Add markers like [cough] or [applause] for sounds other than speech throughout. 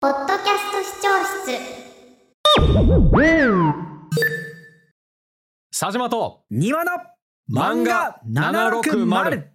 ポッドキャスト視聴室佐島と庭の漫漫画画760 760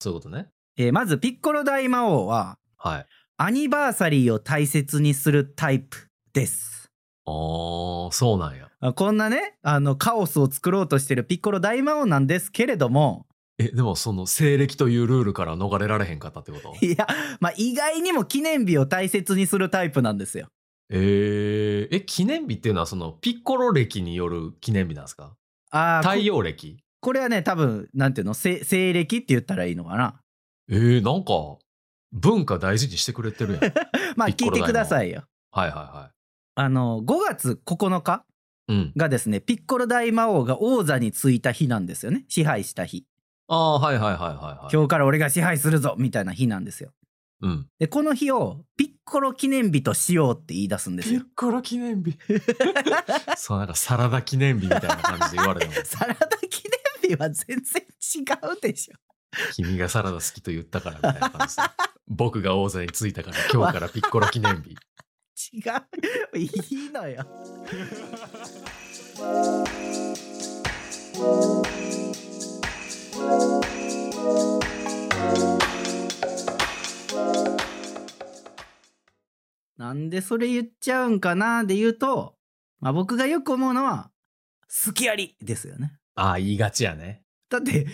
そういうことねえーまずピッコロ大魔王ははいアニバーサリーを大切にするタイプですあーそうなんやあこんなねあのカオスを作ろうとしてるピッコロ大魔王なんですけれども [laughs] えでもその西暦というルールから逃れられへんかったってこといや、まあ、意外にも記念日を大切にするタイプなんですよえー、え記念日っていうのはそのピッコロ暦による記念日なんですかああ太陽暦これはね多分なんていうのせ西暦って言ったらいいのかなえー、なんか文化大事にしてくれ [laughs] てるやんはいまあピッ聞コいロ大魔王てくださいよはいはあの5月9日いうんがですねピッコロ大魔王が王座に就いた日なんですよね支配した日ああーはいはいはいはいはい今日から俺が支配するぞみたいな日なんですようんでこの日をピッコロ記念日としようって言い出すんですよコロ記念日 [laughs] そうなんかサラダ記念日みたいな感じで言われてもサラダ記念日は全然違うでしょ君がサラダ好きと言ったからみたいな感じで僕が王座に着いたから今日からピッコロ記 [laughs] 念日違ういいのよなんでそれ言っちゃうんかなで言うと、まあ、僕がよく思うのは好きありですよねああ言いがちやねだって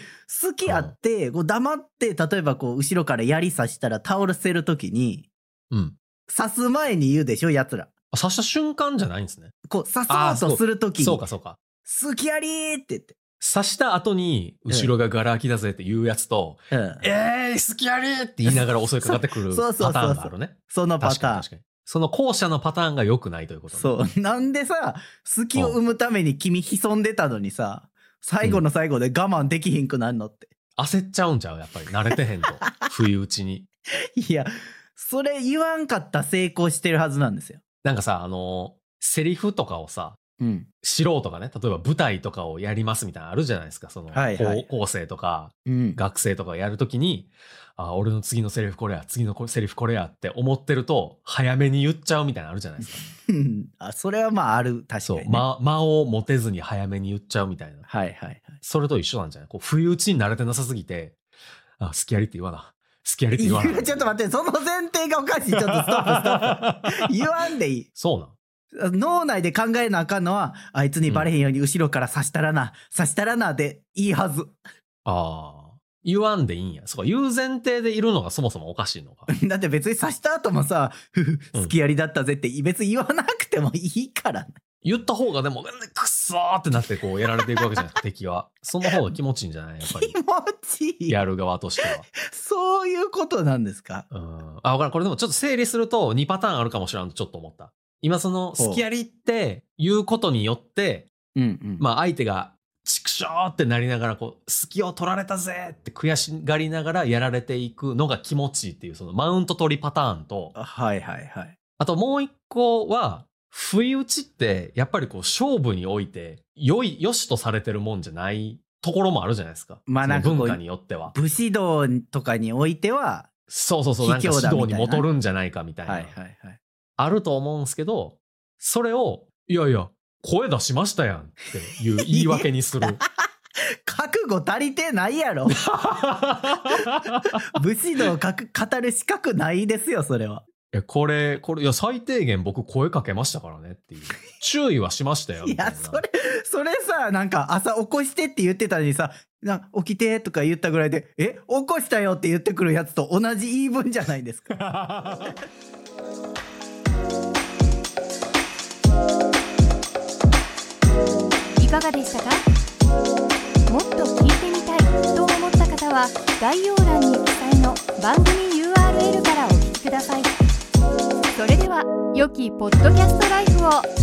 好きあって、こう黙って例えばこう後ろから槍刺したら倒せる時にうん刺す前に言うでしょやつらあ刺した瞬間じゃないんですねこう刺あーそうとするときにそうかそうか好きありーって言って。刺した後に後ろがガラ空きだぜって言うやつと、うんえーい好きやりーって言いながら襲いかかってくるそうそうそうそうパターンがあるねそのパ確タかにーン確。かにその後者のパターンが良くないということねそう。なんでさ、好きを生むために君潜んでたのにさ、最後の最後で我慢できひんくなんのって。焦っちゃうんちゃうやっぱり慣れてへ [laughs] んと不意打ちにいや、それ言わんかったら成功してるはずなんですよ。なんかさあのセリフとかをさうん。素人がね例えば舞台とかをやりますみたいなのあるじゃないですかそのはいはい高校生とかうん。学生とかやるときにあ俺の次のセリフこれや次のこセリフこれやって思ってると早めに言っちゃうみたいなのあるじゃないですかあ、それはまあある、確かそう、に、ね。間間を持てずに早めに言っちゃうみたいなはいはいはい。それと一緒なんじゃないこう不意打ちに慣れてなさすぎてあ好きやりって言わな好きやりってい言わやなちょっと待って、その前提がおかしい。ちょっとストップ [laughs] ストップ。言わんでいい。そうなん脳内で考えなあかんのは、あいつにバレへんように後ろから刺したらな、刺したらなでいいはず。 [laughs] ああ言わんでいいんやそうか言う前提でいるのがそもそもおかしいのかだって別に刺した後もさ、ふふ、好きやりだったぜって別に言わなくてもいいからね。言った方がでもうんくっそーってなってこうやられていくわけじゃないですか敵はその方が気持ちいいんじゃないやっぱり気持ちいい。やる側としてはそういうことなんですかうん。あ、わからん。これでもちょっと整理すると2パターンあるかもしれんとちょっと思った。今その、ほう好きやりって言うことによって、うんうんままあ相手が、ちくしょうってなりながら、こう、好きを取られたぜって悔しがりながらやられていくのが気持ちいいっていう、そのマウント取りパターンと、あ。はいはいはい。あともう一個は、不意打ちって、やっぱりこう、勝負において、良い、良しとされてるもんじゃないところもあるじゃないですか。まあなんかそのこう文化によっては。武士道とかにおいては、そうそうそう、なん卑か怯だ指導みにたいな戻るんじゃないかみたいな。はいはいはい。あると思うんですけど、それを、いやいや、声出しましたやんっていう言い訳に [laughs] する。覚悟足りてないやろ。武士道をかく語る資格ないですよ、それは。いや、これ、これ、いや、最低限僕声かけましたからねっていう。注意はしましたよ。いみたいや、なそれ、それさ、なんか朝起こしてって言ってたのにさ、な起きてとか言ったぐらいで、え、起こしたよって言ってくるやつと同じ言い分じゃないですか。いかがでしたかもっと聞いてみたいと思った方は概要欄に記載の番組 URL からお聞きくださいそれでは良きポッドキャストライフを